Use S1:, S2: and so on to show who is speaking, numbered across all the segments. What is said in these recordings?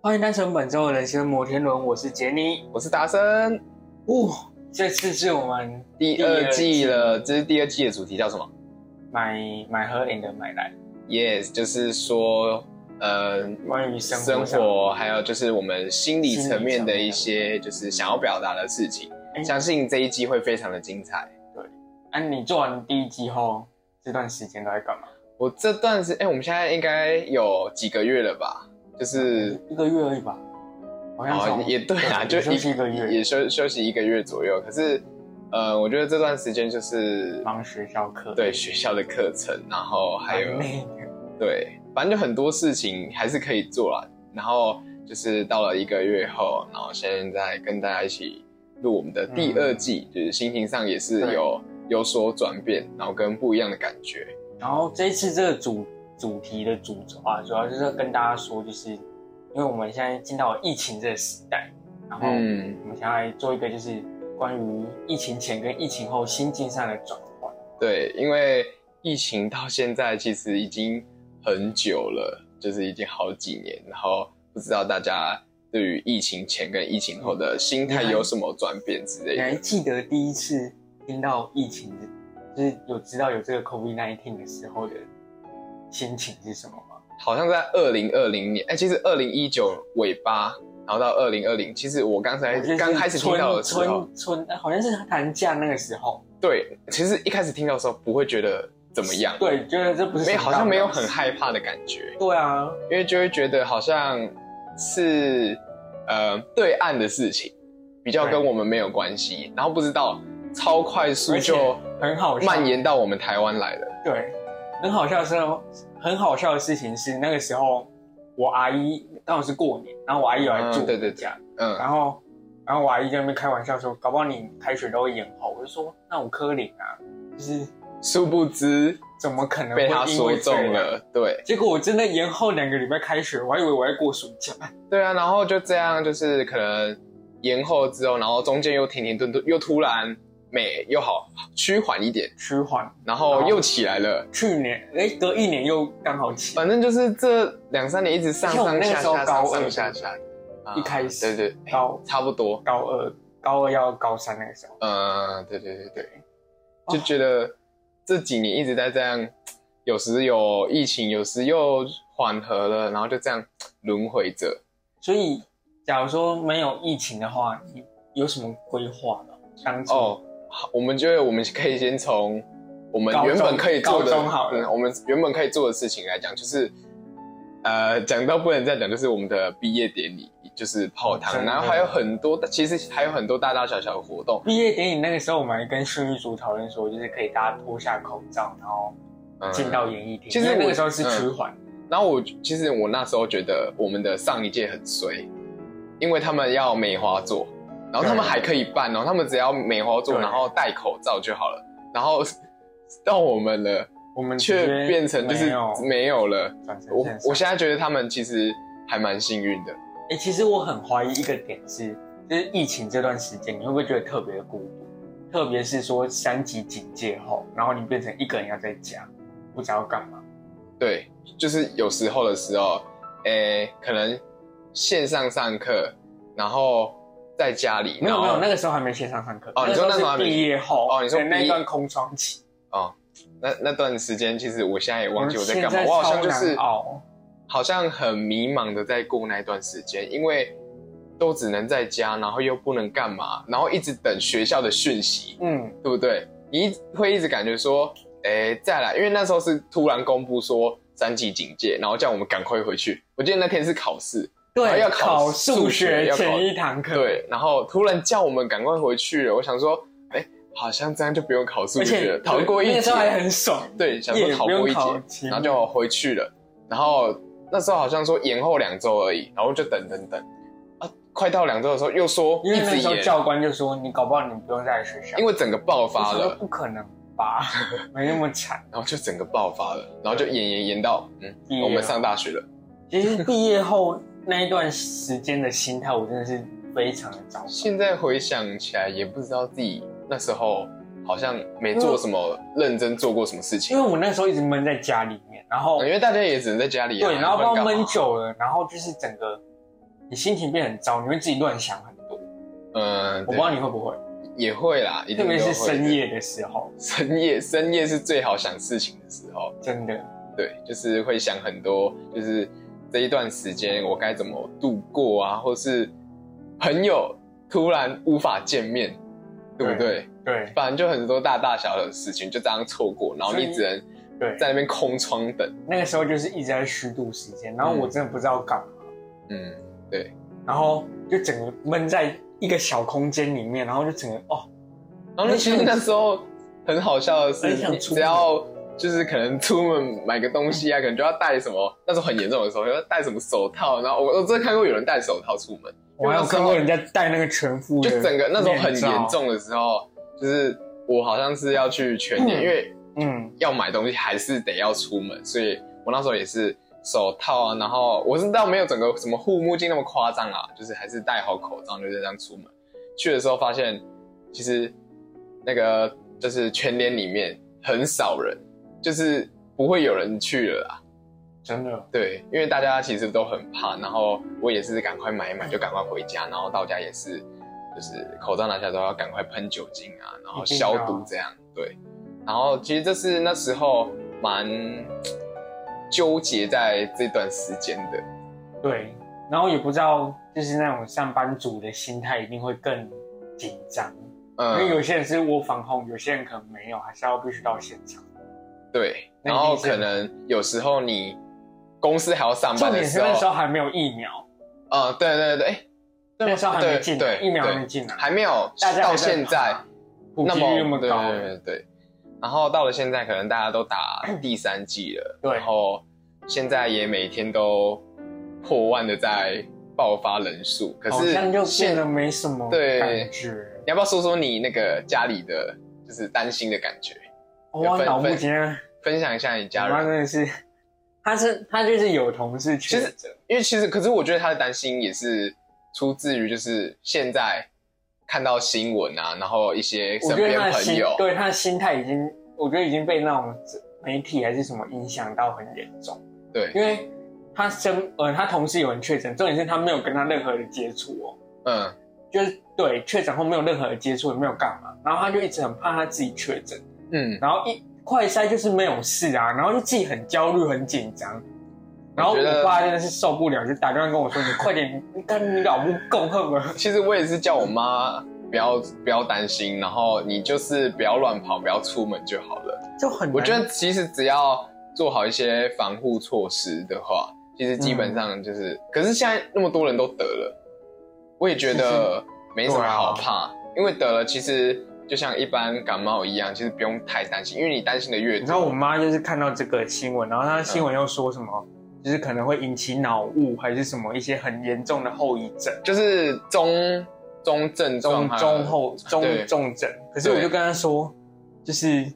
S1: 欢迎单程本周的人生摩天轮，我是杰尼。
S2: 我是达生，
S1: 哦，这次是我们
S2: 第二季了，这是第二季的主题叫什么
S1: 买买喝饮的买来，
S2: ？Yes，就是说，呃，
S1: 关于生活
S2: 生
S1: 上
S2: 活还有就是我们心理层面的一
S1: 心
S2: 些就是想要表达的事情，
S1: 哎
S2: 相信这一季会非常的精彩。
S1: 啊，你做完第一季后，这段时间都在干嘛？
S2: 我这段时，哎、我们现在应该有几个月了吧？就是
S1: 一个月而已吧，好像
S2: 哦
S1: 从，
S2: 也对啊，就
S1: 也休息一个月，
S2: 也休休息一个月左右。可是，呃，我觉得这段时间就是
S1: 忙学校课，
S2: 对学校的课程，然后
S1: 蛮
S2: 还有
S1: 累的，
S2: 对，反正就很多事情还是可以做啦。然后就是到了一个月后，然后现在跟大家一起录我们的第二季，就是心情上也是
S1: 对
S2: 有有所转变，然后跟不一样的感觉。
S1: 然后这一次这个主主题的主轴啊，主要就是要跟大家说，就是因为我们现在进到了疫情这个时代，然后
S2: 嗯，
S1: 我们想来做一个就是关于疫情前跟疫情后心境上的转换。
S2: 对，因为疫情到现在其实已经很久了，就是已经好几年，然后不知道大家对于疫情前跟疫情后的心态
S1: 你还
S2: 有什么转变之类
S1: 你还
S2: 的。
S1: 记得第一次听到疫情，就是有知道有这个 COVID 1 9的时候的心情是什么吗？
S2: 好像在二零二零年，哎、其实二零一九尾巴，然后到二零二零，其实我刚才
S1: 我就是
S2: 哎刚开始听到的时候，
S1: 春春春，好像是寒假那个时候，
S2: 对，其实一开始听到的时候不会觉得怎么样，，
S1: 对，觉得这不是什
S2: 没有
S1: 么
S2: 好像没有
S1: 大不了
S2: 很
S1: 的事
S2: 害怕的感觉，
S1: 对啊，
S2: 因为就会觉得好像是呃对岸的事情，比较
S1: 对
S2: 跟我们没有关系，然后不知道超快速
S1: 而且
S2: 就
S1: 很好笑
S2: 蔓延到我们台湾来了，
S1: 对，很好笑的时候，很好笑的事情是那个时候我阿姨刚好是过年，然后我阿姨有来住
S2: 嗯对对对
S1: 家，
S2: 嗯，
S1: 然后然后我阿姨在那边开玩笑说，搞不好你开学都会延后，我就说那我科林啊，就是
S2: 殊不知
S1: 怎么可能
S2: 被他
S1: 会因
S2: 说
S1: 为这样
S2: 中了，对。
S1: 结果我真的延后两个礼拜开学，我还以为我在过暑假，
S2: 对啊，然后就这样，就是可能延后之后，然后中间又停停顿顿，又突然美又好趋缓一点，
S1: 趋缓。
S2: 然
S1: 然
S2: 后
S1: 后
S2: 又起来了。
S1: 去年哎，隔一年又刚好起，
S2: 反正就是这两三年一直上
S1: 而且我们
S2: 上
S1: 那个
S2: 下
S1: 时候
S2: 下
S1: 高
S2: 上
S1: 二
S2: 上下下，啊
S1: 一开始
S2: 对对，哎
S1: 高
S2: 差不多，
S1: 高二高二要高三那个时候，
S2: 嗯，对对对对，
S1: 哦
S2: 就觉得这几年一直在这样，有时有疫情，有时又缓和了，然后就这样轮回着。
S1: 所以假如说没有疫情的话，你有什么规划呢？当初
S2: 哦，好，我们觉得我们可以先从我们
S1: 高中
S2: 原本可以做的，
S1: 高中好了
S2: 嗯我们原本可以做的事情来讲，就是呃，讲到不能再讲，就是我们的毕业典礼，就是泡
S1: 哦
S2: 汤，
S1: 真的
S2: 然后还有很多，其实还有很多大大小小的活动，
S1: 毕业典礼那个时候，我们还跟训育组讨论说，就是可以大家脱下口罩，然后
S2: 嗯
S1: 进到演艺厅。
S2: 其实
S1: 因为那
S2: 我
S1: 个时候是趋缓，
S2: 然后我其实我那时候觉得我们的上一届很衰，因为他们要梅花座，然后他们
S1: 对
S2: 还可以办哦，他们只要梅花
S1: 嗯
S2: 座，
S1: 对
S2: 然后戴口罩就好了，然后到我们了，
S1: 我们直
S2: 却
S1: 接
S2: 变成就是
S1: 没有
S2: 没有了。
S1: 转成
S2: 我
S1: 线上。
S2: 我现在觉得他们其实还蛮幸运的，
S1: 哎、其实我很怀疑一个点是，就是疫情这段时间，你会不会觉得特别孤独？特别是说三级警戒后，然后你变成一个人要在家，不知道干嘛。
S2: 对，就是有时候的时候，诶、可能线上上课，然后在家里，
S1: 没有没
S2: 然
S1: 有，
S2: 后
S1: 那个时候还没线上上课。
S2: 哦你说那时
S1: 时
S2: 候
S1: 候
S2: 还
S1: 是
S2: 没
S1: 毕业后
S2: 哦你说
S1: 对那
S2: 毕
S1: 一
S2: 业
S1: 段空窗期，
S2: 哦，那那段时间，其实我现在也忘记我在干嘛，
S1: 现在
S2: 我好像
S1: 超
S2: 就是
S1: 难熬
S2: 好像很迷茫的在过那段时间，因为都只能在家，然后又不能干嘛，然后一直等学校的讯息，
S1: 嗯，
S2: 对不对？你一会一直感觉说，哎，再来，因为那时候是突然公布说三级警戒，然后叫我们赶快回去。我记得那天是考试，然后
S1: 对，
S2: 要考
S1: 考
S2: 数
S1: 数
S2: 学
S1: 学
S2: 要考
S1: 前一堂课，
S2: 对，然后突然叫我们赶快回去了。我想说，哎，好像这样就不用考数
S1: 而
S2: 学
S1: 且
S2: 了，逃过一
S1: 那个时
S2: 劫
S1: 候。还很爽，
S2: 对，想说
S1: 也
S2: 逃
S1: 不用
S2: 过一
S1: 考
S2: 劫，
S1: 期
S2: 然后就回去了。然后那时候好像说延后两周而已，然后就等等等啊，快到两周的时候又说
S1: 因为
S2: 一
S1: 那
S2: 直
S1: 时候
S2: 延，
S1: 教官就说你搞不好你不用再来学校，
S2: 因
S1: 为
S2: 为整个爆发了。
S1: 不可能吧，没那么惨。
S2: 然后就整个爆发了，然后就演演演到
S1: 毕
S2: 嗯，
S1: 业
S2: 我们上大学了，
S1: 其实毕业后那一段时间的心态，我真的是非常的糟糕。
S2: 现在回想起来，也不知道自己那时候好像没做什么认真做过什么事情
S1: 因，为我那时候一直闷在家里面，然后
S2: 哎因为大家也只能在家里啊，
S1: 对，然后
S2: 不
S1: 不知
S2: 干
S1: 道
S2: 嘛
S1: 闷久了，然后就是整个你心情变得很糟，你会自己乱想很多。
S2: 嗯，
S1: 我不知道你会不会，
S2: 也会啦，一定
S1: 特别
S2: 都
S1: 是
S2: 会
S1: 深
S2: 的
S1: 夜的时候，
S2: 深夜，深夜是最好想事情的时候。
S1: 真的。
S2: 对，就是会想很多，就是这一段时间我该怎么度过啊，或是朋友突然无法见面，对不对？
S1: 对
S2: 反正就很多大大小小的事情就这样错过，然后
S1: 所以
S2: 你只能
S1: 对，
S2: 在那边空窗等。
S1: 那个时候就是一直在虚度时间，然后我真的不知道干嘛，
S2: 嗯，
S1: 然后就整个闷在一个小空间里面，然后就整个哦，
S2: 然后其实那时候很好笑的是
S1: 很，哎想
S2: 你
S1: 出
S2: 只要就是可能出门买个东西啊，可能就要带什么，那时候很严重的时候要带什么手套，然后我我真的看过有人戴手套出门。
S1: 我还有看过人家戴那个全副的
S2: 就
S1: 面罩，
S2: 整个那种很严重的时候，就是我好像是要去全年，
S1: 嗯
S2: 因为
S1: 嗯，
S2: 要买东西还是得要出门，所以我那时候也是手套啊，然后我是倒没有整个什么护目镜那么夸张啊，就是还是戴好口罩，就是这样出门。去的时候发现，其实那个就是全年里面很少人，就是不会有人去了啊。
S1: 真的
S2: 对，因为大家其实都很怕，然后我也是赶快买一买就赶快回家，然后到家也是，就是口罩拿下来都要赶快喷酒精啊，然后消毒这样。对，然后其实这是那时候蛮纠结在这段时间的。
S1: 对，然后也不知道就是那种上班族的心态一定会更紧张，因为
S2: 嗯，
S1: 有些人是窝房控，有些人可能没有，还是要必须到现场。
S2: 对，
S1: 那
S2: 然
S1: 一定
S2: 后
S1: 是
S2: 可能有时候你公司还要上
S1: 重
S2: 班的
S1: 点是
S2: 时
S1: 那时
S2: 候，
S1: 候还没有疫苗，
S2: 嗯，对对对，哎，
S1: 那时候还没
S2: 对
S1: 进来，
S2: 对
S1: 疫苗还
S2: 对
S1: 没进来，
S2: 还没有
S1: 大家还
S2: 到现在
S1: 怕，普
S2: 那
S1: 及
S2: 么
S1: 率那么
S2: 对
S1: 高，
S2: 对对对。然后到了现在，可能大家 都打第三季了，
S1: 对
S2: 然后现在也每天都破万的在爆发人数，可
S1: 好
S2: 是
S1: 像就
S2: 现
S1: 变得没什么
S2: 对
S1: 感觉。
S2: 你要不要说说你那个家里的就是担心的感觉？
S1: 哦我脑部今天
S2: 分享一下你
S1: 我
S2: 家
S1: 妈
S2: 人，
S1: 真的是，她是她就是有同事确诊，
S2: 因为其实可是我觉得他的担心也是出自于就是现在看到新闻啊，然后一些
S1: 我
S2: 身
S1: 觉得
S2: 边
S1: 她的
S2: 朋
S1: 心
S2: 友，
S1: 对她的心态已经，我觉得已经被那种媒体还是什么影响到很严重，
S2: 对，
S1: 因为她身呃她同事有人确诊，重点是她没有跟她任何的接触哦，
S2: 嗯，
S1: 就是对确诊后没有任何的接触，也没有干嘛，然后她就一直很怕她自己确诊，
S2: 嗯，
S1: 然后一快筛就是没有事啊，然后就自己很焦虑很紧张。然后
S2: 我觉得
S1: 我爸真的是受不了，就打电话跟我说：“你快点，你跟你老母共恨吧。”
S2: 其实我也是叫我妈不要不要担心，然后你就是不要乱跑，不要出门就好了。
S1: 就很难
S2: 我觉得其实只要做好一些防护措施的话，其实基本上就是，
S1: 嗯
S2: 可是现在那么多人都得了，我也觉得没什么好怕，
S1: 啊
S2: 因为得了其实就像一般感冒一样，其实不用太担心，因为你担心的越
S1: 你知道
S2: 多，
S1: 我妈就是看到这个新闻，然后她新闻又说什
S2: 嗯
S1: 么，就是可能会引起脑雾还是什么一些很严重的后遗症，
S2: 就是中中症状啊
S1: 中
S2: 还有
S1: 中后中
S2: 对
S1: 重症。可是我
S2: 对
S1: 就跟她说，就是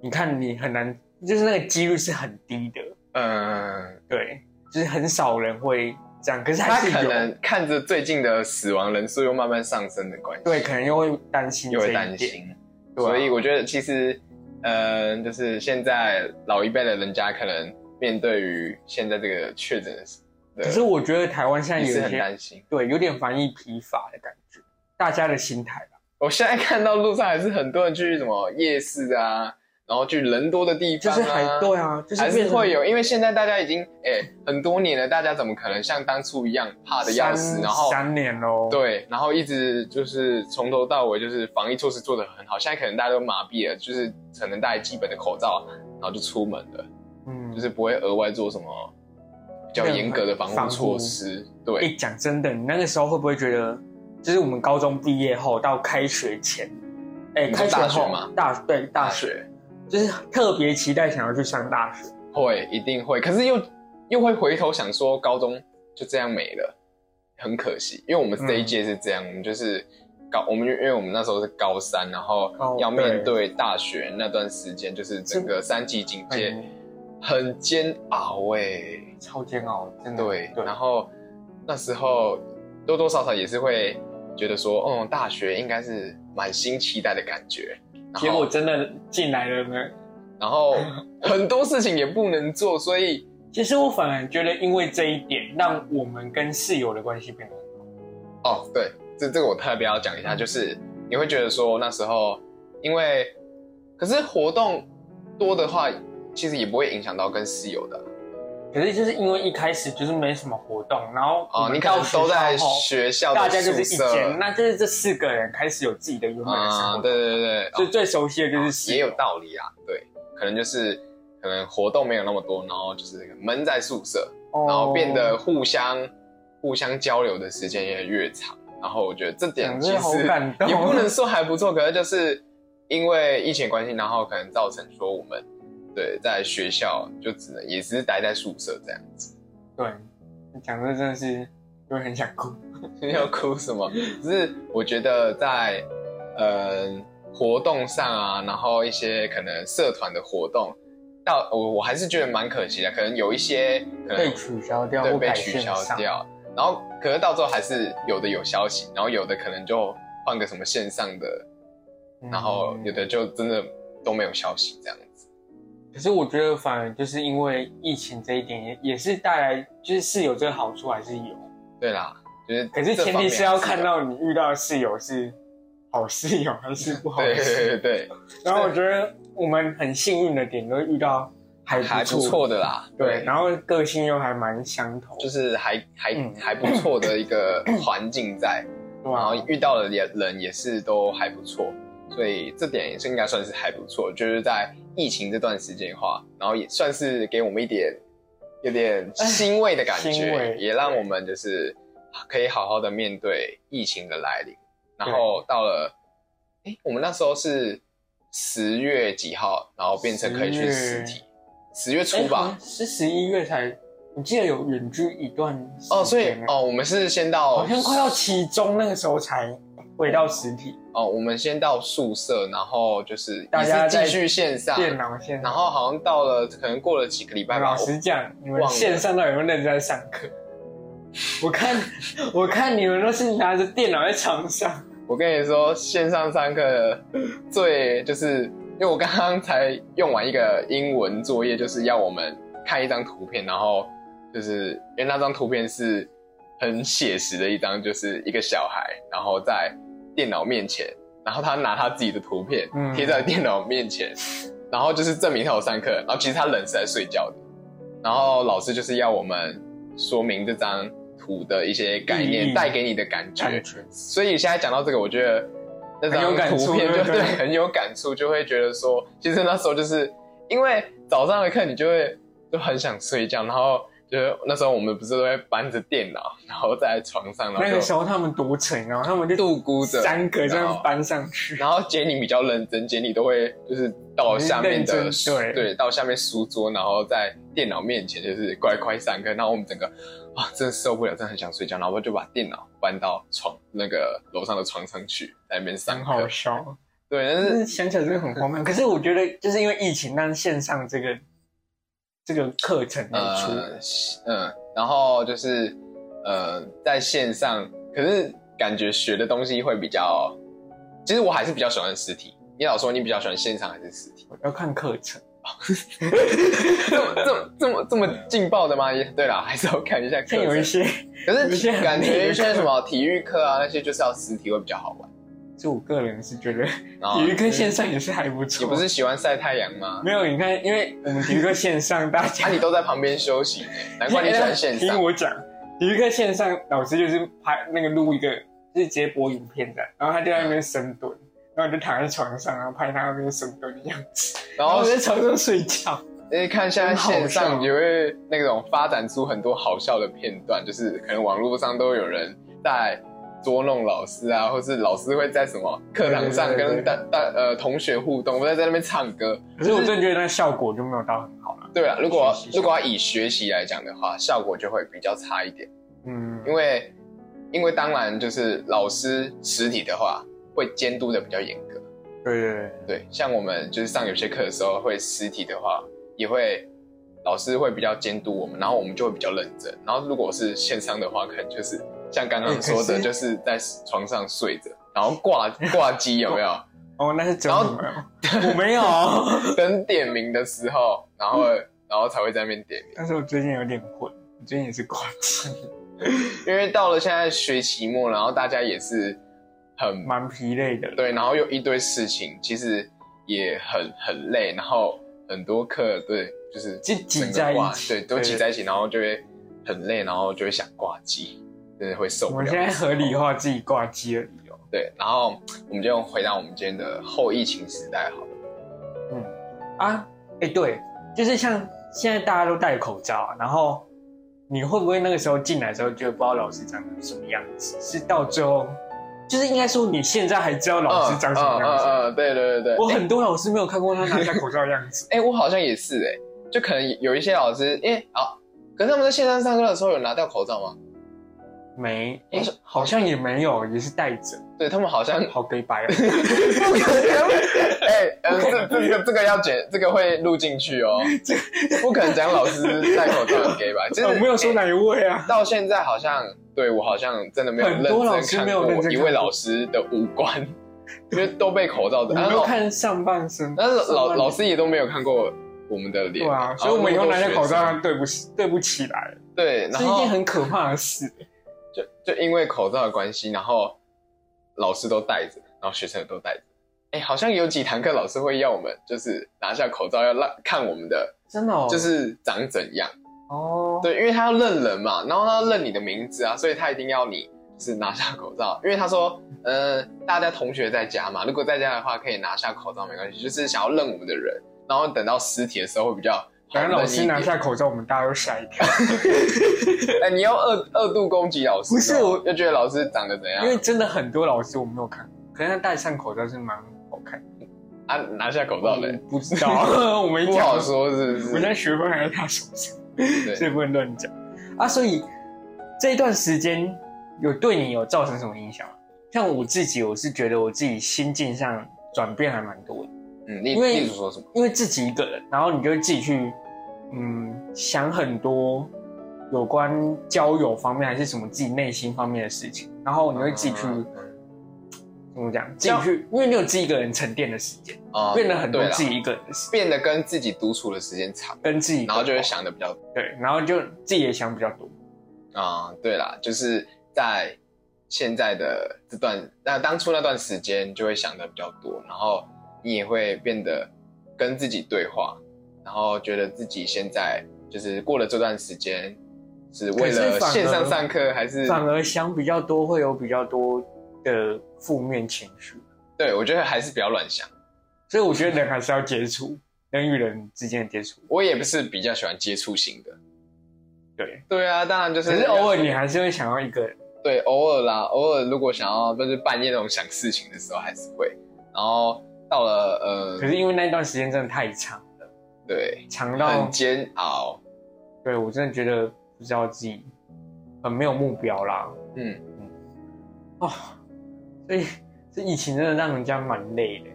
S1: 你看你很难，就是那个几率是很低的，
S2: 嗯。
S1: 对，就是很少人会这样，可是
S2: 他
S1: 还
S2: 可
S1: 是有，
S2: 能看着最近的死亡人数又慢慢上升的关系，
S1: 对，可能又会担心
S2: 又
S1: 这
S2: 会
S1: 一
S2: 担
S1: 点，
S2: 心。
S1: 对啊
S2: 所以我觉得其实，呃，就是现在老一辈的人家可能面对于现在这个确诊的，
S1: 可是我觉得台湾现在
S2: 也是
S1: 有一
S2: 很
S1: 些
S2: 担心。
S1: 对有点防疫疲乏的感觉，大家的心态吧，
S2: 我现在看到路上还是很多人去什么夜市啊，然后去人多的地
S1: 就
S2: 方、啊，
S1: 是还对啊，就是
S2: 还是
S1: 变成
S2: 会有，因为现在大家已经哎、很多年了，大家怎么可能像当初一样怕的要死，
S1: 三
S2: 然后
S1: 三年喽，。
S2: 对，然后一直就是从头到尾就是防疫措施做得很好，现在可能大家都麻痹了，就是可能戴基本的口罩，然后就出门了，
S1: 嗯，
S2: 就是不会额外做什么比较严格的防护措施。
S1: 哎、
S2: 对，
S1: 讲真的，你那个时候会不会觉得，就是我们高中毕业后到开学前，哎、
S2: 你说
S1: 开学
S2: 大学
S1: 后
S2: 吗
S1: 大对大学，就是特别期待想要去上大学。
S2: 会一定会，可是又又会回头想说高中就这样没了，很可惜，因为我们这一届是这样，我们就是。高，我们就因为我们那时候是高三，然后
S1: 哦
S2: 要
S1: 对
S2: 面对大学那段时间，就是整个三级警戒
S1: 很
S2: 很煎熬哎、
S1: 超煎熬，真的。
S2: 对，
S1: 嗯对
S2: 然后那时候多多少少也是会觉得说，嗯，大学应该是满心期待的感觉。然后
S1: 结果真的进来了呢，
S2: 然后很多事情也不能做，所以
S1: 其实我反而觉得，因为这一点，让我们跟室友的关系变得很好。
S2: 哦，对，这这个我特别要讲一
S1: 嗯
S2: 下，就是你会觉得说那时候，因为可是活动多的话，其实也不会影响到跟室友的
S1: 可是就是因为一开始就是没什么活动，然后我
S2: 哦。
S1: 们
S2: 你
S1: 嗯到
S2: 看
S1: 学
S2: 都在
S1: 校后
S2: 学校
S1: 大
S2: 的
S1: 家就是
S2: 宿
S1: 一间，
S2: 舍，
S1: 那就是这四个人开始有自己的原本的生活。
S2: 嗯，对对对
S1: 所
S2: 对
S1: 以，最熟悉的就是室
S2: 也
S1: 友
S2: 有道理啊。对，可能就是可能活动没有那么多，然后就是闷在宿舍，
S1: 哦
S2: 然后变得互相互相交流的时间也越长。然后我觉得这点
S1: 讲
S2: 其
S1: 真的好
S2: 实
S1: 感动
S2: 也不能说还不错，可是就是因为疫情关系，然后可能造成说我们对在学校就只能也只是待在宿舍这样子。
S1: 对，讲这真的是就会很想哭。
S2: 你 要哭什么？只是我觉得在嗯、活动上啊，然后一些可能社团的活动，到我我还是觉得蛮可惜的，可能有一些可能
S1: 被取消掉
S2: 对，
S1: 或
S2: 被
S1: 改
S2: 取
S1: 线
S2: 消
S1: 上，
S2: 掉。然后，可是到最后还是有的有消息，然后有的可能就换个什么线上的，
S1: 嗯
S2: 然后有的就真的都没有消息这样子。
S1: 可是我觉得反而就是因为疫情这一点也也是带来，就是室友这个好处还是有，
S2: 对啦，就是
S1: 可是
S2: 这
S1: 前
S2: 方
S1: 提
S2: 面
S1: 是要
S2: 还
S1: 看
S2: 有
S1: 到你遇到的室友是好室友还是不好
S2: 对
S1: 的
S2: 对
S1: 室友。
S2: 对对
S1: 然后我觉得我们很幸运的点就是遇到还
S2: 对，还不错的啦。
S1: 对，然后个性又还蛮相投，
S2: 就是还还、
S1: 嗯
S2: 还不错的一个环境在，
S1: 对
S2: 然
S1: 吧
S2: 后遇到的也人也是都还不错，所以这点也是应该算是还不错。就是在疫情这段时间的话，然后也算是给我们一点有点欣慰的感
S1: 欣
S2: 觉
S1: 慰，
S2: 也让我们就是可以好好的面对疫情的来临。然后到了，哎、我们那时候是十月几号，然后变成可以去实体，十月初吧。
S1: 哎好像是十一月才，我记得有远距一段时间
S2: 哦，所以哦，我们是先到
S1: 好像快到期中那个时候才回到实体，
S2: 哦，我们先到宿舍，然后就是
S1: 大家
S2: 也是
S1: 在
S2: 继续线上，
S1: 电脑线
S2: 啊然
S1: 上。
S2: 后好像到了可能过了几个礼拜吧
S1: 老，实讲，你们
S2: 忘了
S1: 线上到底有没有认真在上课？我看，我看你们都是拿着电脑在床上，
S2: 我跟你说线上上课最就是因为我刚刚才用完一个英文作业，就是要我们看一张图片，然后就是因为那张图片是很写实的一张，就是一个小孩然后在电脑面前，然后他拿他自己的图片
S1: 嗯
S2: 贴在电脑面前，然后就是证明他有上课，然后其实他人是在睡觉的，然后老师就是要我们说明这张图的一些概
S1: 意
S2: 念
S1: 义
S2: 带给你的感觉，
S1: 感觉
S2: 所以现在讲到这个，我觉得那
S1: 很
S2: 张
S1: 有感触
S2: 图片就
S1: 对不对
S2: 对很有感触，就会觉得说，其实那时候就是因为早上的课，你就会就很想睡觉，然后就是那时候我们不是都会搬着电脑，然后在床上，
S1: 那
S2: 然
S1: 个
S2: 后
S1: 时
S2: 就
S1: 候他们多沉，然后他们就
S2: 度孤着
S1: 三个这
S2: 然
S1: 样
S2: 后
S1: 搬上去，
S2: 然后杰尼比较认真，杰尼都会就是到下面
S1: 很嗯
S2: 的
S1: 认真对
S2: 到下面书桌，然后在电脑面前就是乖乖上课。然后我们整个啊，真的受不了，真的很想睡觉，然后我就把电脑搬到床那个楼上的床上去，在那边上
S1: 很好嗯
S2: 课。
S1: 笑。
S2: 对，但
S1: 但
S2: 是
S1: 是想起来真的很荒谬。可是我觉得，就是因为疫情，让线上这个这个课程没出，
S2: 呃嗯，然后就是呃，在线上，可是感觉学的东西会比较，其实我还是比较喜欢实体。你老说你比较喜欢线上还是实体？
S1: 我要看课程。
S2: 这么这么这么这么劲爆的吗？也对啦， 还是要看一下课
S1: 看
S2: 程。
S1: 有一些有
S2: 可
S1: 一些
S2: 是
S1: 很
S2: 感觉
S1: 累
S2: 一
S1: 的
S2: 些
S1: 课
S2: 什么体育课啊那些，就是要实体会比较好玩。
S1: 就我个人是觉得
S2: 然后
S1: 体育课线上也是还不错。
S2: 你不是喜欢晒太阳吗？
S1: 没有？你看，因为我们体育课线上，大家
S2: 啊，你都在旁边休息呢，难怪你喜 欢线
S1: 听
S2: 上。
S1: 我讲，体育课线上老师就是拍那个录一个，就是直接播影片的，然后他就在那边深蹲，然后我就躺在床上，然后拍他那边深蹲的样子，然
S2: 然
S1: 后
S2: 后
S1: 我在床上睡觉。
S2: 因为看现在线
S1: 很
S2: 上，
S1: 好笑
S2: 你会那种发展出很多好笑的片段，就是可能网络上都有人在捉弄老师啊，或是老师会在什么课堂上
S1: 对对对
S2: 跟大大呃同学互动，或者在那边唱歌。
S1: 可是我真的觉得那效果就没有到很好了。
S2: 对啊，如果
S1: 学习效
S2: 如果要以学习来讲的话，效果就会比较差一点，
S1: 嗯，
S2: 因为因为当然就是老师实体的话会监督的比较严格，
S1: 对对对，
S2: 对，像我们就是上有些课的时候会实体的话，也会老师会比较监督我们，然后我们就会比较认真，然后如果是线上的话，可能就是像刚
S1: 哎
S2: 刚
S1: 可
S2: 说的，
S1: 是
S2: 就是在床上睡着，然后挂挂机有没有？
S1: 哦，那是真
S2: 然
S1: 的
S2: 后
S1: 没有，我没有。
S2: 等点名的时候，然后然然后才会在那边点名。
S1: 但是我最近有点混，我最近也是挂机，
S2: 因为到了现在学期末，然后大家也是很
S1: 蛮疲累的了。
S2: 对，然后又一堆事情，其实也很很累，然后很多课对，就是
S1: 就挤
S2: 整个
S1: 在一
S2: 挂
S1: 起
S2: 对，都
S1: 对
S2: 挤在一起，然后就会很累，然后就会想挂机，真的会受
S1: 我
S2: 不了。
S1: 们现在合理化自己挂机的哦理由。
S2: 对，然后我们就回答我们今天的后疫情时代好了。
S1: 嗯啊，哎、对，就是像现在大家都戴口罩啊，然后你会不会那个时候进来的时候觉得不知道老师长什么样子？是到最后，就是应该说你现在还知道老师长什么样子。
S2: 嗯嗯嗯，对对对对。
S1: 我
S2: 哎，
S1: 很多老师没有看过他拿下口罩的样子
S2: 哎、我好像也是哎、就可能有一些老师，因为啊，可是他们在线上上课的时候有拿掉口罩吗？
S1: 没，
S2: 哎
S1: 好像好像也没有，也是戴着，
S2: 对他们好像，
S1: 好啊给白
S2: 不可能，哎、呃，
S1: 不可
S2: 这
S1: 能
S2: 这个这个要剪，这个会录进去哦，不可能讲老师戴口罩 很 gay 吧？就是、
S1: 哦我没有说
S2: 哎
S1: 哪一位啊，
S2: 到现在好像对我好像真的没有
S1: 很
S2: 认
S1: 多老
S2: 真
S1: 师
S2: 看
S1: 没有认
S2: 过
S1: 真
S2: 一
S1: 看
S2: 位
S1: 过
S2: 老师的五 官，因为都被口罩
S1: 我
S2: 遮。
S1: 没
S2: 然后
S1: 有看上半身，
S2: 但是
S1: 上
S2: 老
S1: 半
S2: 老
S1: 身
S2: 师哦也都没有看过我们的脸，
S1: 对啊，所以我们以后拿下口罩对不起对不起来，
S2: 对，然
S1: 是一
S2: 后
S1: 件很可怕的事。
S2: 就就因为口罩的关系，然后老师都戴着，然后学生也都戴着。哎，好像有几堂课老师会要我们就是拿下口罩，要让看我们的
S1: 真的哦，
S2: 就是长怎样。
S1: 哦，
S2: 对，因为他要认人嘛，然后他要认你的名字啊，所以他一定要你就是拿下口罩，因为他说，呃，大家同学在家嘛，如果在家的话可以拿下口罩，没关系，就是想要认我们的人，然后等到尸体的时候会比较好
S1: 反
S2: 认
S1: 正
S2: 一点。
S1: 老师拿下口罩，我们大家都吓一跳，
S2: 哎、你要恶恶度攻击老师哦？
S1: 不是我
S2: 就觉得老师长得怎样？
S1: 因为真的很多老师我没有看，可是他戴上口罩是蛮好看的。
S2: 啊，拿下口罩的，
S1: 不知道，我没
S2: 不
S1: 讲
S2: 好，说是不
S1: 我
S2: 是？
S1: 现在学分还在他手上，所
S2: 对，
S1: 以不能乱讲啊。所以这一段时间有对你有造成什么影响吗？像我自己，我是觉得我自己心境上转变还蛮多的，
S2: 嗯，例
S1: 因为
S2: 例如说什么？
S1: 因为自己一个人，然后你就会自己去嗯想很多有关交友方面还是什么自己内心方面的事情，然后你会自己去、
S2: 嗯
S1: 怎么讲，自己去，因为你有自己一个人沉淀的时间，
S2: 啊
S1: 变得很多
S2: 对啦
S1: 自己一个人的时间，
S2: 变得跟自己独处的时间长，
S1: 跟自己，
S2: 然后就会想的比较
S1: 对，然后就自己也想比较多，
S2: 啊、对啦，就是在现在的这段，那当初那段时间就会想的比较多，然后你也会变得跟自己对话，然后觉得自己现在就是过了这段时间是为
S1: 可
S2: 了
S1: 是反而
S2: 线上上课还是
S1: 反而想比较多会有比较多的负面情绪，
S2: 对我觉得还是不要乱想。
S1: 所以我觉得人还是要接触，人与人之间的接触，
S2: 我也不是比较喜欢接触型的。
S1: 对。
S2: 对啊，当然就是，
S1: 可是偶尔你还是会想要一个人，
S2: 对偶尔啦，偶尔如果想要就是半夜那种想事情的时候还是会，然后到了呃，
S1: 可是因为那段时间真的太长了，
S2: 对
S1: 长到
S2: 很煎熬，
S1: 对我真的觉得不知道自己很没有目标啦，
S2: 嗯，
S1: 哦，所以 这疫情真的让人家蛮累的。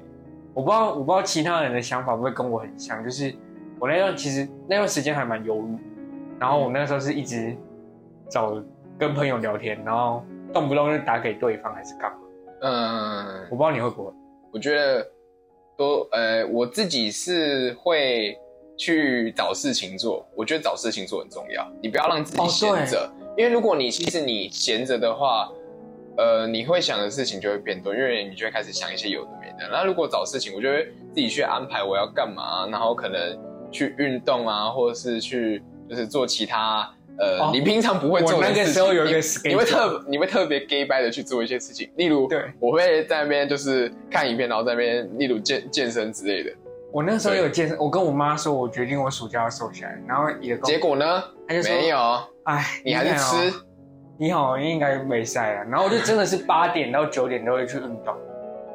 S1: 我不知道，我不知道其他人的想法会不会跟我很像，就是我那段其实那段时间还蛮忧郁，然
S2: 嗯
S1: 后我那时候是一直找跟朋友聊天，然后动不动就打给对方还是干嘛，
S2: 嗯
S1: 我，不知道你会不会。
S2: 我觉得都呃，我自己是会去找事情做。我觉得找事情做很重要，你不要让自己
S1: 哦
S2: 闲着，因为如果你其实你闲着的话，呃，你会想的事情就会变多，因为你就会开始想一些有的没的。那如果找事情，我就会自己去安排我要干嘛，然后可能去运动啊，或者是去就是做其他。呃，
S1: 哦
S2: 你平常不会
S1: 我
S2: 做的
S1: 那
S2: 事情。
S1: 个时候有一个
S2: 你
S1: schedule
S2: 你会特你会特别 gay 掰的去做一些事情，例如，
S1: 对，
S2: 我会在那边就是看影片，然后在那边例如健健身之类的。
S1: 我那时候有健身，我跟我妈说，我决定我暑假要瘦下来，然后也跟我
S2: 结，果呢？
S1: 他哦就说
S2: 没有，
S1: 哎，
S2: 你还是
S1: 看哦
S2: 吃。
S1: 你好，应该没晒啊了。然后我就真的是八点到九点都会去运动，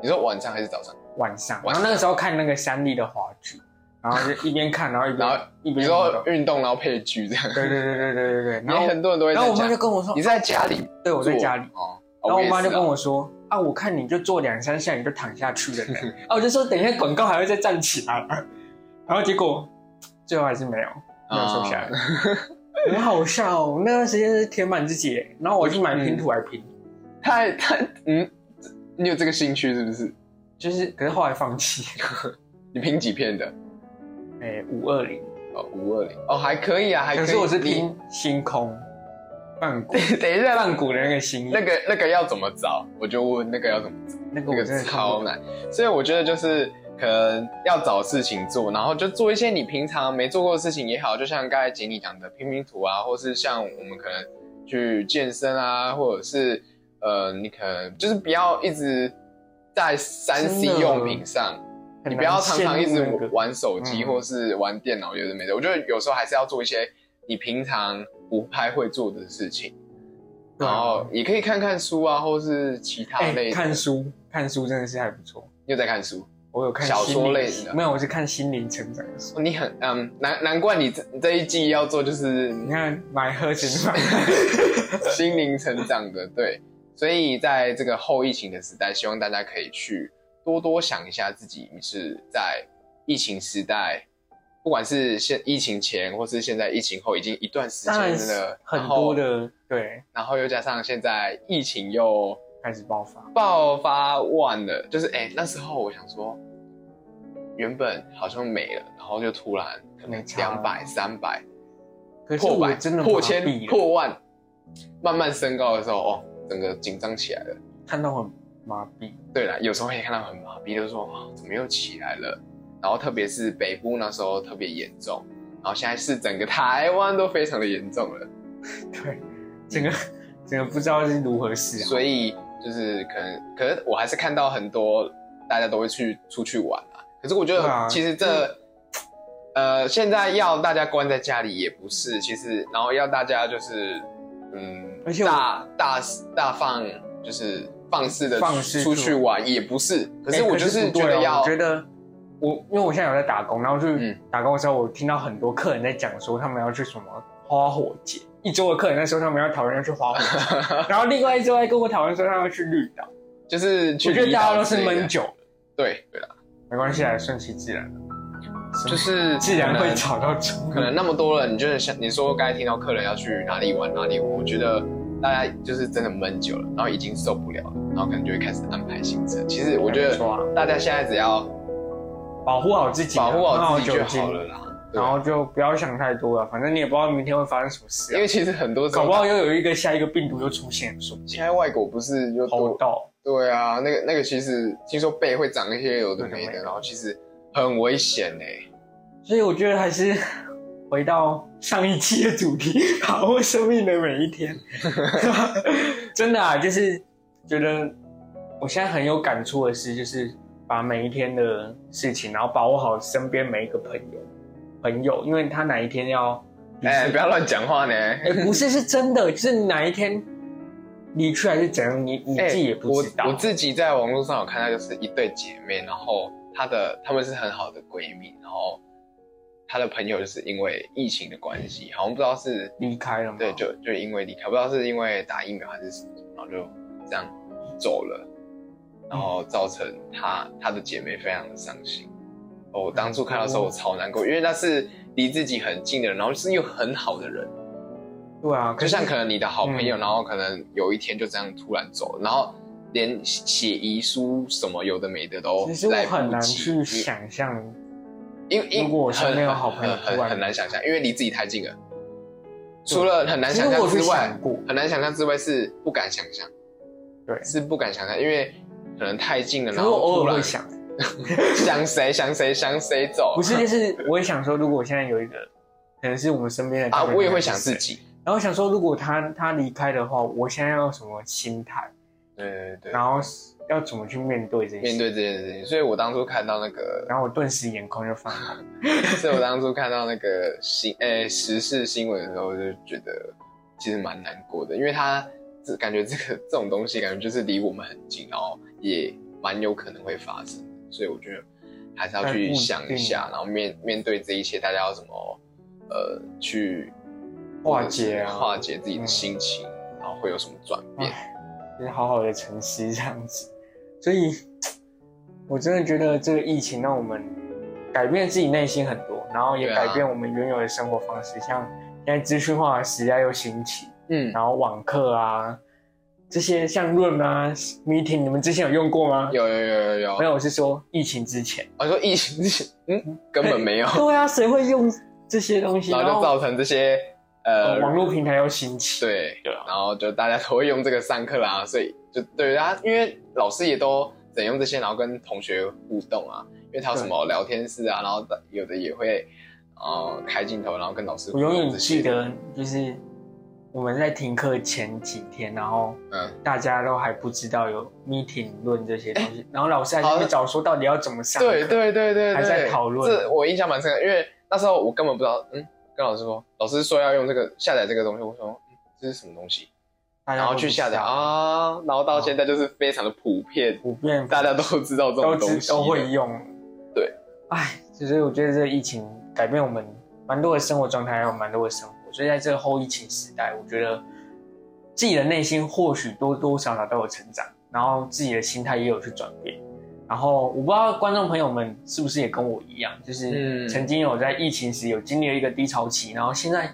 S2: 你说晚上还是早上？
S1: 晚上。
S2: 晚
S1: 然后
S2: 上
S1: 那个时候看那个三立的华剧，然后就一边看，然后一边
S2: 然后
S1: 一
S2: 你
S1: 边运
S2: 说
S1: 动
S2: 运动然后配剧这样，
S1: 对对对对对对对。 然
S2: 因为
S1: 后
S2: 很多人都会
S1: 然后我
S2: 在
S1: 妈就
S2: 家。
S1: 跟我说
S2: 你，是在家里？
S1: 对，我在家里。
S2: 哦。
S1: 然后我妈就跟
S2: 我
S1: 我说啊，我看你就做两三下你就躺下去 了呢。啊，我就说等一下广告还会再站起来，啊 然后结果最后还是没有
S2: 啊
S1: 没有啊瘦下来，很好笑哦。我那段时间是填满自己耶，然后我去买拼图来拼，
S2: 也是啊太太嗯，你有这个兴趣是不是？
S1: 就是可是后来放弃。
S2: 你拼几片的？
S1: 哎，五二零
S2: 哦，五二零哦，还可以啊，还
S1: 可
S2: 以。
S1: 是我是
S2: 你
S1: 拼星空，半谷，
S2: 等一下，
S1: 半谷的那个星，
S2: 那个那个要怎么找？我就问那个要怎么找，
S1: 那个
S2: 那
S1: 我
S2: 个
S1: 真的是
S2: 超难。所以我觉得就是可能要找事情做，然后就做一些你平常没做过的事情也好，就像刚才杰尼讲的拼拼图啊，或是像我们可能去健身啊，或者是呃，你可能就是不要一直在三 C
S1: 真的
S2: 用品上。
S1: 很难
S2: 你不要常常一直
S1: 陷入那个
S2: 玩手机
S1: 嗯
S2: 或是玩电脑，有的没的。我觉得有时候还是要做一些你平常不太会做的事情，
S1: 对啊
S2: 然后也可以看看书啊，或是其他
S1: 哎
S2: 类的。
S1: 看，书，看书真的是还不错。
S2: 你有在看书？
S1: 我有看
S2: 小
S1: 心灵
S2: 说类的
S1: 没有，我是看心灵成长的书。
S2: 你很嗯，难难怪你这这一季要做 就是
S1: 你看买喝情 买，
S2: 心灵成长的，对。所以在这个后疫情的时代，希望大家可以去多多想一下自己是在疫情时代，不管是现疫情前或是现在疫情后，已经一段时
S1: 当然
S2: 间
S1: 是
S2: 了，
S1: 很
S2: 然后
S1: 多，的对
S2: 然后又加上现在疫情又
S1: 开始爆发。
S2: 爆发万了，就是哎、那时候我想说，原本好像没了，然后就突然可能
S1: 没差
S2: 两百、三百，
S1: 可是
S2: 破
S1: 我
S2: 百、
S1: 真的
S2: 破
S1: 麻
S2: 千、
S1: 痹了
S2: 破万，慢慢升高的时候，哦，整个紧张起来了。
S1: 看到很麻痹。
S2: 对了，有时候也看到很麻痹，就说啊、怎么又起来了？然后特别是北部那时候特别严重，然后现在是整个台湾都非常的严重了，
S1: 对，整个
S2: 嗯
S1: 整个不知道是如何是啊好。
S2: 所以就是可能，可是我还是看到很多大家都会去出去玩啊。可是我觉
S1: 对啊
S2: 得其实这、呃，现在要大家关在家里也不是，其实然后要大家就是嗯，
S1: 而且我
S2: 大大大放就是放肆的
S1: 放肆出
S2: 出去玩也不是，可
S1: 哎
S2: 是我就是
S1: 不对
S2: 觉得
S1: 哦
S2: 要、
S1: 我觉得我因为我现在有在打工，然后去
S2: 嗯
S1: 打工的时候，我听到很多客人在讲说他们要去什么花火节，一周的客人在说他们要讨论要去花火节， 然后另外一周在跟我讨论说他们要去绿岛，
S2: 就是去
S1: 我觉得
S2: 离
S1: 大家
S2: 岛
S1: 都是
S2: 之类的
S1: 闷，酒，
S2: 对对啦，
S1: 没关系啊，顺其自然，
S2: 就是
S1: 自然
S2: 可
S1: 会
S2: 能
S1: 找到出
S2: 可能那么多人，你就是像你说刚才听到客人要去哪里玩哪里玩，我觉得大家就是真的闷久了，然后已经受不了了，然后可能就会开始安排行程。其实我觉
S1: 没错啊
S2: 得大家现在只要
S1: 保护好自己啊，
S2: 保护好自己
S1: 弄哦
S2: 就
S1: 酒精
S2: 好了，啦，对
S1: 然
S2: 啊
S1: 后就不要想太多了，反正你也不知道明天会发生什么事、
S2: 因
S1: 啊，
S2: 为其实很多时
S1: 搞不
S2: 候
S1: 好又有一个下一个病毒又出现，说不定
S2: 现在外国不是又
S1: 猴
S2: 多
S1: 痘。
S2: 对啊，那个那个其实听说背会长一些有的没
S1: 有的没
S2: 的，
S1: 的
S2: 然后其实很危险哎、
S1: 所以我觉得还是 回到上一期的主题， 把握生命的每一天。 真的啊，就是觉得我现在很有感触的事，就是把每一天的事情，然后把握好身边每一个朋友，朋友，因为他哪一天要离去
S2: 哎、不要乱讲话呢。
S1: 哎不是是真的，就是哪一天离去还是怎样，你你
S2: 哎，
S1: 自己也不知道。
S2: 我。我自己在网络上有看到，就是一对姐妹，然后她的她们是很好的闺蜜，然后她的朋友就是因为疫情的关系，好像不知道是
S1: 离开了嘛
S2: 对，就就因为离开，不知道是因为打疫苗还是什么，然后就这样走了，然后造成她她的姐妹非常的伤心。哦，我当初看到的时候我超难过，因为那是离自己很近的人，然后是又很好的人。
S1: 对啊，
S2: 就像可
S1: 能
S2: 能你的好朋友，
S1: 嗯
S2: 然后可能有一天就这样突然走，然后连写遗书什么有的没的都
S1: 其实我
S2: 来
S1: 很
S2: 不
S1: 难
S2: 及，
S1: 去想象，
S2: 因为因为
S1: 如果我身
S2: 很
S1: 边有好朋友
S2: 很很
S1: 突然
S2: 很难想象，因为离自己太近了。除了很难
S1: 其实
S2: 想
S1: 我
S2: 象
S1: 有去
S2: 之外
S1: 想，过，
S2: 很难想象之外是不敢想象，
S1: 对
S2: 是不敢想象，因为可能太近了，
S1: 可是
S2: 然
S1: 我
S2: 后
S1: 偶
S2: 突
S1: 尔
S2: 然哦
S1: 会想。
S2: 想谁想谁想谁走，
S1: 不是，就是 我也想说，如果我现在有一个，可能是我们身边的
S2: 啊，我也会想
S1: 自
S2: 自
S1: 己。
S2: 己，
S1: 然后想说，如果他他离开的话，我现在要有什么心态，
S2: 对对对
S1: 然后要怎么去面对这些？
S2: 对，面。对这件事情，所以我当初看到那个
S1: 然后我顿时眼眶就泛红。
S2: 所以我当初看到那个新诶、时事新闻的时候，我就觉得其实蛮难过的，因为它这感觉这个这种东西，感觉就是离我们很近，然后也蛮有可能会发生，所以我觉得还是要去想一下，然后面面对这一切，大家要怎么呃去
S1: 化解啊
S2: 化解自己的心情，然后会有什么转变？
S1: 就是好好的沉思这样子。所以，我真的觉得这个疫情让我们改变自己内心很多，然后也
S2: 对啊
S1: 改变我们原有的生活方式。像现在资讯化的时代又兴起，
S2: 嗯，
S1: 然后网课啊，这些像润啊、meeting，你们之前有用过吗？
S2: 有有有有哦有，
S1: 没有，我是说疫情之前。
S2: 我说疫情之前，嗯，根本没有，
S1: 对啊，谁会用这些东西，
S2: 然后就造成这些呃
S1: 呃网络平台又兴起，
S2: 对，
S1: 对啊，
S2: 然后就大家都会用这个上课啦，所以就对啊，因为老师也都怎用这些，然后跟同学互动啊，因为他有什么聊天室啊，然后有的也会呃开镜头，然后跟老师
S1: 我
S2: 互
S1: 永
S2: 动
S1: 远
S2: 这
S1: 记
S2: 些。
S1: 得就是我们在停课前几天，然后
S2: 嗯，
S1: 大家都还不知道有 meeting 论这些东西，然后老师还
S2: 哎好
S1: 在找说到底要怎么上课，
S2: 对对对对对，
S1: 还在讨论
S2: 这我印象蛮深刻，因为那时候我根本不知道，嗯，跟老师说，老师说要用这个下载这个东西，我说、嗯、这是什么东西，
S1: 大家
S2: 然
S1: 都
S2: 后
S1: 不知
S2: 去
S1: 道
S2: 下载，啊，然后到现在就是非常的普遍，
S1: 普遍
S2: 大家都知道这
S1: 都
S2: 种东西
S1: 知
S2: 了，
S1: 都会用，
S2: 对，
S1: 哎，其实我觉得这个疫情改变我们蛮多的生活状态，还有蛮多的生活，所以在这个后疫情时代，我觉得自己的内心或许多多少少都有成长，然后自己的心态也有去转变。然后我不知道观众朋友们是不是也跟我一样，就是
S2: 嗯
S1: 曾经有在疫情时有经历了一个低潮期，然后现在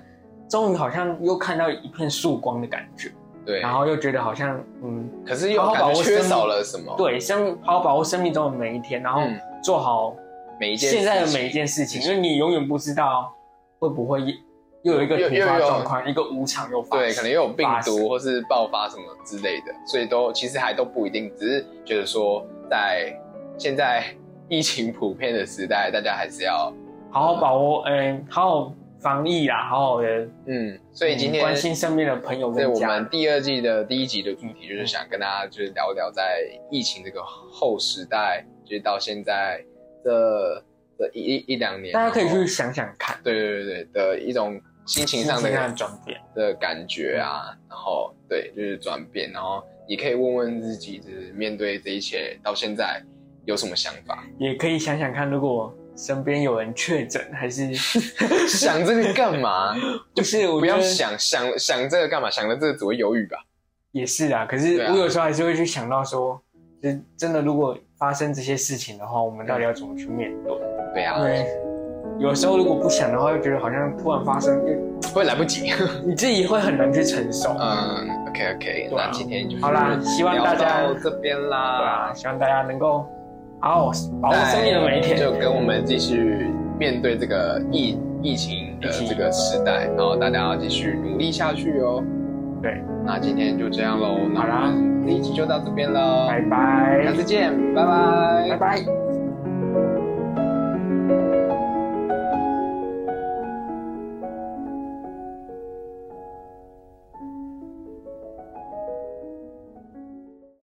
S1: 终于好像又看到一片曙光的感觉，
S2: 对，
S1: 然后又觉得好像嗯
S2: 可是又
S1: 好好把
S2: 感觉
S1: 握
S2: 缺
S1: 生
S2: 少
S1: 命
S2: 了什么？
S1: 对，生好好把握生命中的每一天，然后
S2: 哦嗯
S1: 做好
S2: 每一件
S1: 现在的
S2: 事情
S1: 每一件事情，因为你永远不知道会不会又有一个
S2: 又
S1: 突
S2: 又
S1: 发
S2: 有
S1: 状况，一个无常又发生。
S2: 对，可能又有病
S1: 发
S2: 毒
S1: 生
S2: 或是爆发什么之类的，所以都其实还都不一定，只是觉得说在现在疫情普遍的时代，大家还是要
S1: 好好把握，嗯，好好防疫啦，好好的，
S2: 嗯，所以今
S1: 嗯
S2: 天、
S1: 关心身边的朋友
S2: 对
S1: 跟
S2: 我
S1: 家
S2: 们
S1: 人。
S2: 第二季的第一集的主题，就是想跟大家就是聊一聊在疫情这个后时代，就是到现在这这一一一两年，
S1: 大家可以
S2: 然后
S1: 去想想看，
S2: 对对对对的一种心情上的
S1: 心的转变。
S2: 的感觉啊，然后对，就是转变，然后也可以问问自己，就是面对这一切到现在有什么想 法？
S1: 也可以想想看，如果身边有人确诊，还是
S2: 想这个干嘛？
S1: 不是？我
S2: 不要
S1: 觉得
S2: 想想想这个干嘛？想了这个只会犹豫吧。
S1: 也是啊。可是
S2: 对啊
S1: 我有时候还是会去想到说，就是真的，如果发生这些事情的话，我们到底要怎么去面对？
S2: 对啊
S1: 因，为有时候如果不想的话，又觉得好像突然发生，就
S2: 会来不及。
S1: 你自己会很难去承受。
S2: 嗯，OK OK，、
S1: 对啊
S2: 那今天就是
S1: 好啦希望大家
S2: 聊到这边
S1: 对啊，
S2: 啦，
S1: 希望大家能够好好把握生命的每一天。
S2: 哎就跟我们继续面对这个疫疫情的这个时代，然后大家要继续努力下去哦。
S1: 对，
S2: 那今天就这样喽，那
S1: 好啦
S2: 我们这一集就到这边喽，
S1: 拜拜
S2: 下，次见，拜拜
S1: 拜拜。